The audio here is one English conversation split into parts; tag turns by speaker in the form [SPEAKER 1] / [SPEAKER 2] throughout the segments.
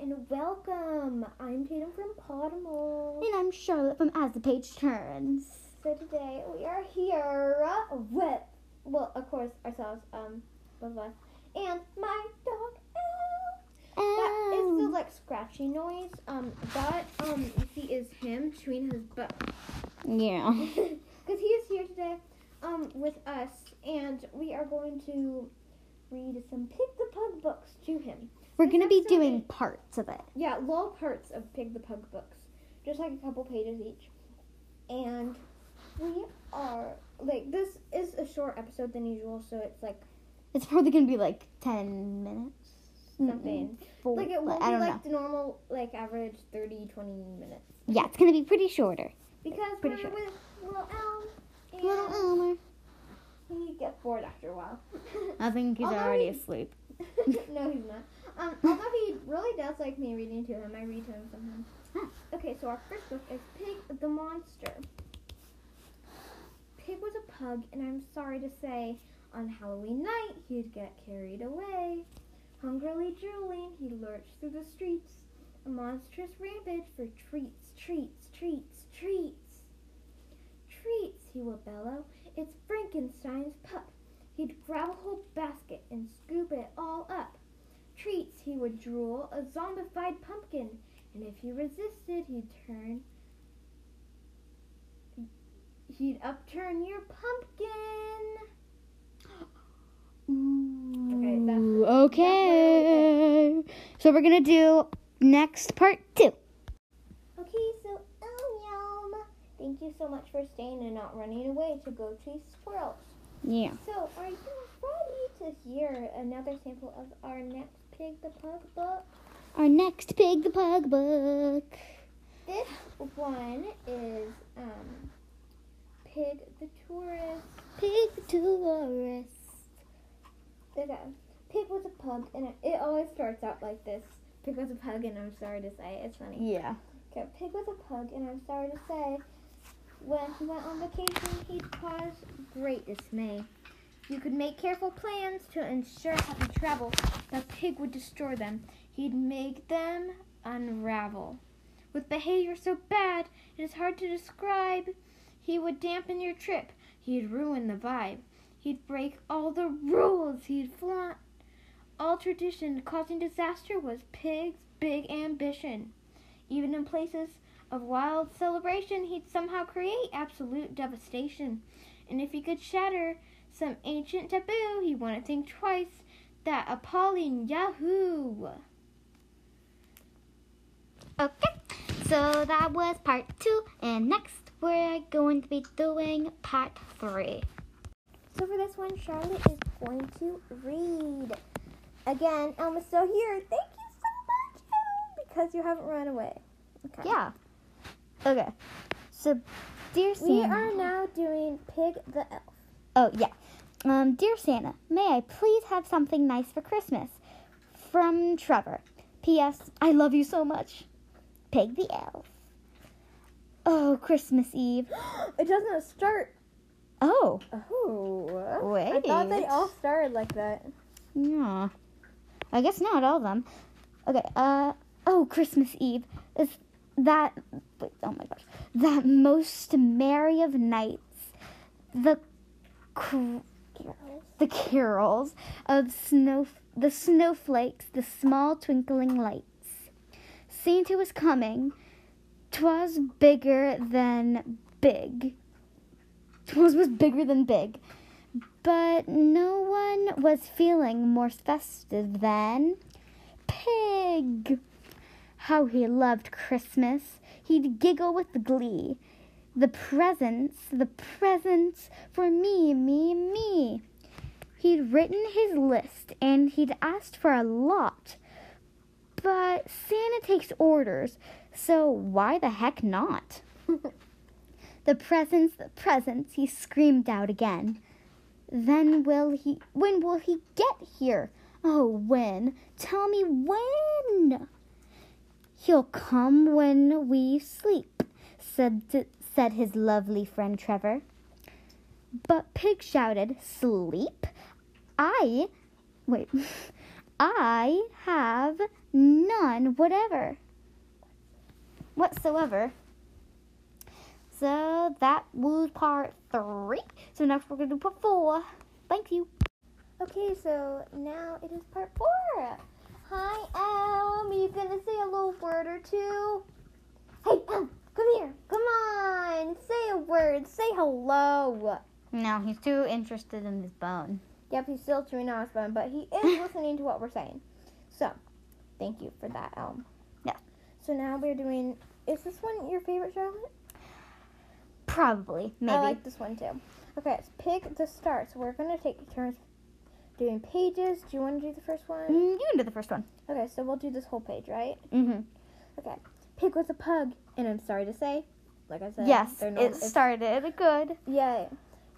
[SPEAKER 1] and welcome. I'm Tatum from Podmole.
[SPEAKER 2] And I'm Charlotte from As the Page Turns.
[SPEAKER 1] So today we are here with, well, of course, ourselves, um, both of us, and my dog Elle. That is the
[SPEAKER 2] Um,
[SPEAKER 1] like scratchy noise. Um, that um, you see, is him chewing his butt
[SPEAKER 2] yeah.
[SPEAKER 1] because he is here today, um, with us, and we are going to read some Pig the Pug books to him.
[SPEAKER 2] We're going to be
[SPEAKER 1] That's so
[SPEAKER 2] doing parts of it.
[SPEAKER 1] Yeah, little parts of Pig the Pug books, just like a couple pages each. And we are like this is a short episode than usual, so it's like
[SPEAKER 2] It's probably going to be like 10 minutes.
[SPEAKER 1] something
[SPEAKER 2] Four,
[SPEAKER 1] like it won't
[SPEAKER 2] Oh, I
[SPEAKER 1] be
[SPEAKER 2] don't
[SPEAKER 1] like
[SPEAKER 2] know.
[SPEAKER 1] the normal like average 30 20 minutes
[SPEAKER 2] Yeah, it's going to be pretty shorter.
[SPEAKER 1] because
[SPEAKER 2] Pretty
[SPEAKER 1] we're
[SPEAKER 2] sure.
[SPEAKER 1] with little Elm and
[SPEAKER 2] Little Elmer.
[SPEAKER 1] he gets bored after a while.
[SPEAKER 2] I think he's
[SPEAKER 1] Although
[SPEAKER 2] already
[SPEAKER 1] he-
[SPEAKER 2] asleep.
[SPEAKER 1] no, he's not. Um, although he really does like me reading to him, I read to him sometimes.
[SPEAKER 2] Huh.
[SPEAKER 1] Okay, so our first book is Pig the Monster. Pig was a pug, and I'm sorry to say, on Halloween night, he'd get carried away. Hungrily drooling, he lurched through the streets, a monstrous rampage for treats, treats, treats, treats. Treats, he would bellow. It's Frankenstein's pup. He'd grab a whole basket and scoop it all up. Treats, he would drool, a zombified pumpkin, and if he resisted, he'd turn. He'd upturn your pumpkin! Okay, that's-
[SPEAKER 2] Ooh, okay. So we're going to do next part two.
[SPEAKER 1] Okay, so um, yum. Thank you so much for staying and not running away to go chase squirrels.
[SPEAKER 2] Yeah.
[SPEAKER 1] So, are you ready to hear another sample of our next Pig the Pug book?
[SPEAKER 2] Our next Pig the Pug book.
[SPEAKER 1] This one is um, Pig the Tourist.
[SPEAKER 2] Pig the Tourist.
[SPEAKER 1] Okay. Pig was a pug, and it always starts out like this. Pig was a pug, and I'm sorry to say, it's funny.
[SPEAKER 2] Yeah.
[SPEAKER 1] Okay, Pig was a pug, and I'm sorry to say, when he went on vacation, he caused great dismay. You could make careful plans to ensure happy travel, but Pig would destroy them. He'd make them unravel. With behavior so bad, it is hard to describe. He would dampen your trip. He'd ruin the vibe. He'd break all the rules. He'd flaunt all tradition. Causing disaster was Pig's big ambition. Even in places of wild celebration, he'd somehow create absolute devastation. And if he could shatter some ancient taboo, he wouldn't think twice. That appalling Yahoo!
[SPEAKER 2] Okay, so that was part two, and next we're going to be doing part three.
[SPEAKER 1] So for this one, Charlotte is going to read. Again, Elma's still here. Thank you so much, Elma, because you haven't run away. Okay.
[SPEAKER 2] Yeah. Okay. So, dear Santa.
[SPEAKER 1] We are now doing Pig the Elf.
[SPEAKER 2] Oh yeah. Um, dear Santa, may I please have something nice for Christmas? From Trevor. P.S. I love you so much. Pig the elf. Oh, Christmas Eve.
[SPEAKER 1] it doesn't start.
[SPEAKER 2] Oh.
[SPEAKER 1] Oh. I
[SPEAKER 2] Wait.
[SPEAKER 1] thought they all started like that.
[SPEAKER 2] Yeah. I guess not all of them. Okay, uh oh, Christmas Eve. Is that wait, oh my gosh. That most merry of nights. The cr- the carols of snow the snowflakes, the small twinkling lights. Santa was coming. 'Twas bigger than big. 'Twas was bigger than big. But no one was feeling more festive than Pig. How he loved Christmas. He'd giggle with glee. The presents, the presents for me, me, me. He'd written his list and he'd asked for a lot. But Santa takes orders, so why the heck not? the presents, the presents, he screamed out again. Then will he when will he get here? Oh when? Tell me when. He'll come when we sleep, said said his lovely friend Trevor. But Pig shouted, "Sleep? I wait. I have none whatever. Whatsoever. So that was part three. So next we're going to do part four. Thank you.
[SPEAKER 1] Okay, so now it is part four. Hi, Elm. Are you gonna say a little word or two? Hey, Elm, come here. Come on, say a word. Say hello.
[SPEAKER 2] No, he's too interested in his bone.
[SPEAKER 1] Yep, he's still chewing on his bone, but he is listening to what we're saying. So, thank you for that, Elm.
[SPEAKER 2] Yeah.
[SPEAKER 1] So now we're doing. Is this one your favorite, Charlotte?
[SPEAKER 2] Probably. Maybe.
[SPEAKER 1] I like this one too. Okay, let's pick the start. So we're gonna take turns doing pages. Do you want to do the first one?
[SPEAKER 2] Mm, you can do the first one.
[SPEAKER 1] Okay, so we'll do this whole page, right?
[SPEAKER 2] Mm-hmm.
[SPEAKER 1] Pig was a pug, and I'm sorry to say, like I said,
[SPEAKER 2] Yes,
[SPEAKER 1] they're
[SPEAKER 2] it
[SPEAKER 1] it's-
[SPEAKER 2] started good.
[SPEAKER 1] Yay.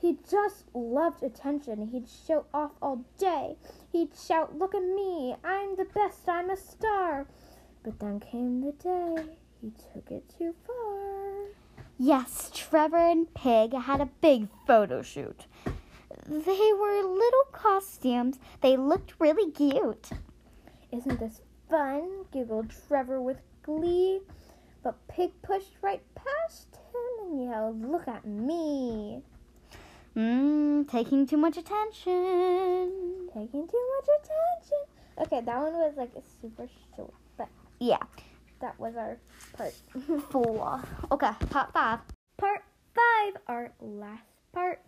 [SPEAKER 1] He just loved attention. He'd show off all day. He'd shout, Look at me. I'm the best. I'm a star. But then came the day he took it too far.
[SPEAKER 2] Yes, Trevor and Pig had a big photo shoot. They were little costumes. They looked really cute.
[SPEAKER 1] Isn't this fun? giggled Trevor with glee. But Pig pushed right past him and yelled, Look at me.
[SPEAKER 2] Mmm, taking too much attention.
[SPEAKER 1] Taking too much attention. Okay, that one was like super short, but
[SPEAKER 2] Yeah,
[SPEAKER 1] that was our part.
[SPEAKER 2] four. Okay, top five.
[SPEAKER 1] part five, our last part.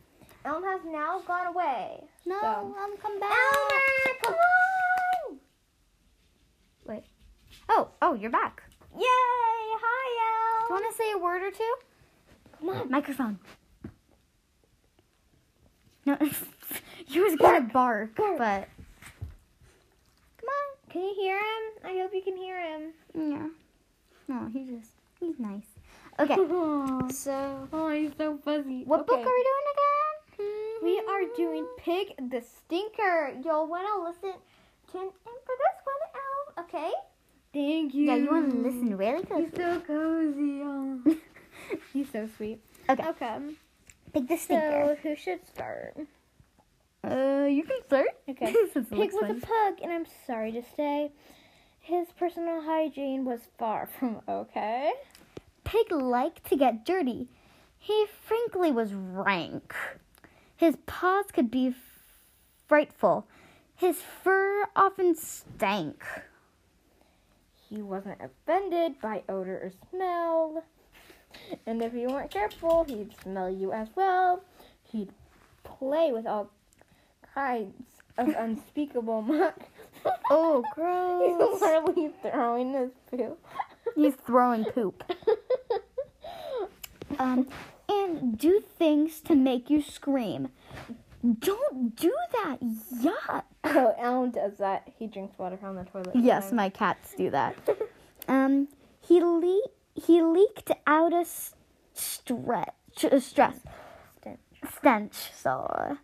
[SPEAKER 1] Elm has now gone away.
[SPEAKER 2] No,
[SPEAKER 1] So-
[SPEAKER 2] I'm come back.
[SPEAKER 1] Elmer, come on!
[SPEAKER 2] Oh, oh, you're back.
[SPEAKER 1] Yay! Hi,
[SPEAKER 2] Do you
[SPEAKER 1] Elm.
[SPEAKER 2] want to say a word or two?
[SPEAKER 1] Come on.
[SPEAKER 2] Microphone. No, you was gonna bark,
[SPEAKER 1] Bark.
[SPEAKER 2] but
[SPEAKER 1] Come on. Can you hear him? I hope you can hear him.
[SPEAKER 2] yeah. No, he's just he's nice. Okay. So,
[SPEAKER 1] oh, he's so fuzzy. Mm-hmm.
[SPEAKER 2] what book are we doing again?
[SPEAKER 1] We are doing Pig the Stinker. You'll want to listen to and for this one, Elm. Okay. Thank you.
[SPEAKER 2] Yeah, you want to listen really
[SPEAKER 1] He's
[SPEAKER 2] closely.
[SPEAKER 1] so cozy. Elm. He's so sweet.
[SPEAKER 2] Okay.
[SPEAKER 1] Okay. um,
[SPEAKER 2] Pick the
[SPEAKER 1] So who should start?
[SPEAKER 2] Uh, you can start.
[SPEAKER 1] Okay.
[SPEAKER 2] This is
[SPEAKER 1] Pig
[SPEAKER 2] looks
[SPEAKER 1] was
[SPEAKER 2] fun.
[SPEAKER 1] a pug, and I'm sorry to say, his personal hygiene was far from okay.
[SPEAKER 2] Pig liked to get dirty. He frankly was rank. His paws could be f- frightful. His fur often stank.
[SPEAKER 1] He wasn't offended by odor or smell, and if you weren't careful, he'd smell you as well. He'd play with all kinds of unspeakable muck.
[SPEAKER 2] Oh,
[SPEAKER 1] He's
[SPEAKER 2] gross.
[SPEAKER 1] literally throwing his poo.
[SPEAKER 2] He's throwing poop. Um, and do things to make you scream. Don't do that. Yuck.
[SPEAKER 1] oh, Alan does that. He drinks water from the toilet.
[SPEAKER 2] Yes, my cats do that. Um, he le- he leaked out a s- stretch, a stress
[SPEAKER 1] Stench.
[SPEAKER 2] stench, so,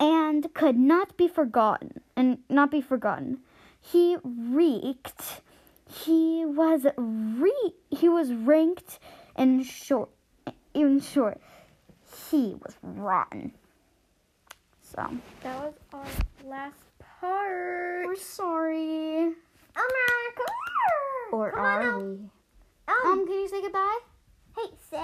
[SPEAKER 2] and could not be forgotten, and not be forgotten. He reeked. He was re. He was ranked in short. In short, he was rotten. So
[SPEAKER 1] That was our last part.
[SPEAKER 2] we're sorry.
[SPEAKER 1] Elmer, come here.
[SPEAKER 2] Or
[SPEAKER 1] Oh come
[SPEAKER 2] are
[SPEAKER 1] on, Oh.
[SPEAKER 2] we?
[SPEAKER 1] Elm.
[SPEAKER 2] Um, can you say goodbye?
[SPEAKER 1] hey, sit.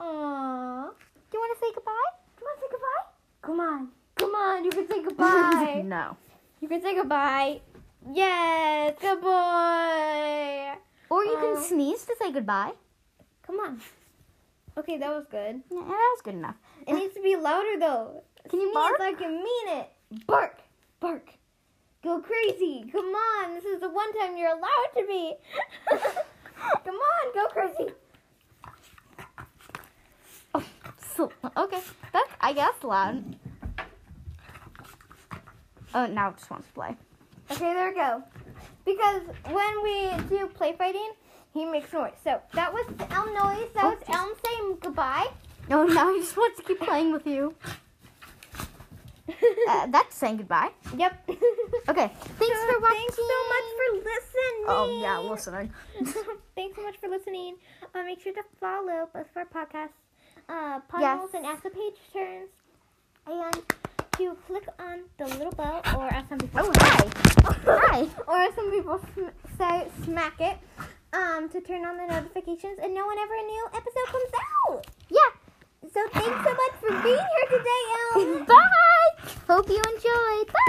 [SPEAKER 1] Aww.
[SPEAKER 2] Do you want to say goodbye?
[SPEAKER 1] Do you want to say goodbye? Come on. Come on, you can say goodbye.
[SPEAKER 2] no.
[SPEAKER 1] you can say goodbye. Yes, good boy.
[SPEAKER 2] Or you can
[SPEAKER 1] Um,
[SPEAKER 2] sneeze to say goodbye.
[SPEAKER 1] Come on. Okay, that was good.
[SPEAKER 2] Yeah, that was good enough.
[SPEAKER 1] It needs to be louder though.
[SPEAKER 2] Uh. Can you
[SPEAKER 1] Sneeze
[SPEAKER 2] bark?
[SPEAKER 1] like you mean it. Bark. Bark. Go crazy. Come on. This is the one time you're allowed to be. Come on, go crazy.
[SPEAKER 2] Oh, So, okay, that's I guess loud. Oh, now it just wants to play.
[SPEAKER 1] Okay, there we go. Because when we do play fighting, he makes noise. So that was the Elm noise. That was
[SPEAKER 2] Okay.
[SPEAKER 1] Elm saying goodbye.
[SPEAKER 2] No, Oh, now he just wants to keep playing with you. Uh, that's saying goodbye.
[SPEAKER 1] yep.
[SPEAKER 2] Okay, thanks for watching.
[SPEAKER 1] Thanks so much for listening.
[SPEAKER 2] Oh yeah, listening.
[SPEAKER 1] Thanks so much for listening. Uh, make sure to follow both of our podcasts, uh, Podmals
[SPEAKER 2] Yes.
[SPEAKER 1] and As the Page Turns. And to click on the little bell, or as some people
[SPEAKER 2] Oh, hi. hi.
[SPEAKER 1] or as some people sm- say, smack it, um, to turn on the notifications and know whenever a new episode comes out.
[SPEAKER 2] Yeah.
[SPEAKER 1] So thanks so much for being here today, Ellen.
[SPEAKER 2] Bye. Hope you enjoyed. Bye.